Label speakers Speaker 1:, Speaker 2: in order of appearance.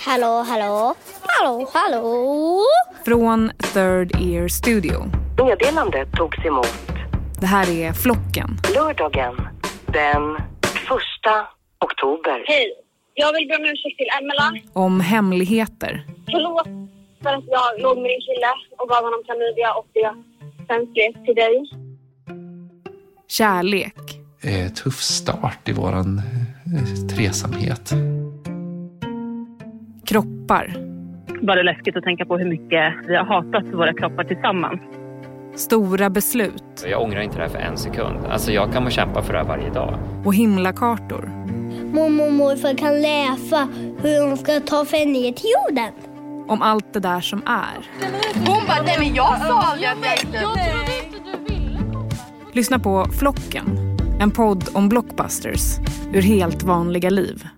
Speaker 1: Hallå, hallå, hallå, hallå.
Speaker 2: Från Third Ear Studio.
Speaker 3: Meddelandet togs emot
Speaker 2: Det här är Flocken.
Speaker 3: lördagen den 1 oktober.
Speaker 4: Hej. Jag vill be om ursäkt till Emelan.
Speaker 2: Om hemligheter.
Speaker 4: Förlåt för att jag låg med din kille och gav honom klamydia och det sen skrev till dig.
Speaker 2: Kärlek.
Speaker 5: eh, tuff start i våran eh, tresamhet.
Speaker 2: Kroppar.
Speaker 6: Bara läskigt att tänka på hur mycket vi har hatat våra kroppar tillsammans.
Speaker 2: Stora beslut.
Speaker 7: Jag ångrar inte det här för en sekund. Alltså jag kommer kämpa för det här varje dag.
Speaker 2: Och himlakartor.
Speaker 1: Mormor och morfar kan läsa hur de ska ta sig ner till jorden.
Speaker 2: Om allt det där som är.
Speaker 8: Hon bara, nej men jag sa aldrig att jag inte...
Speaker 2: Lyssna på Flocken. En podd om blockbusters. Ur helt vanliga liv.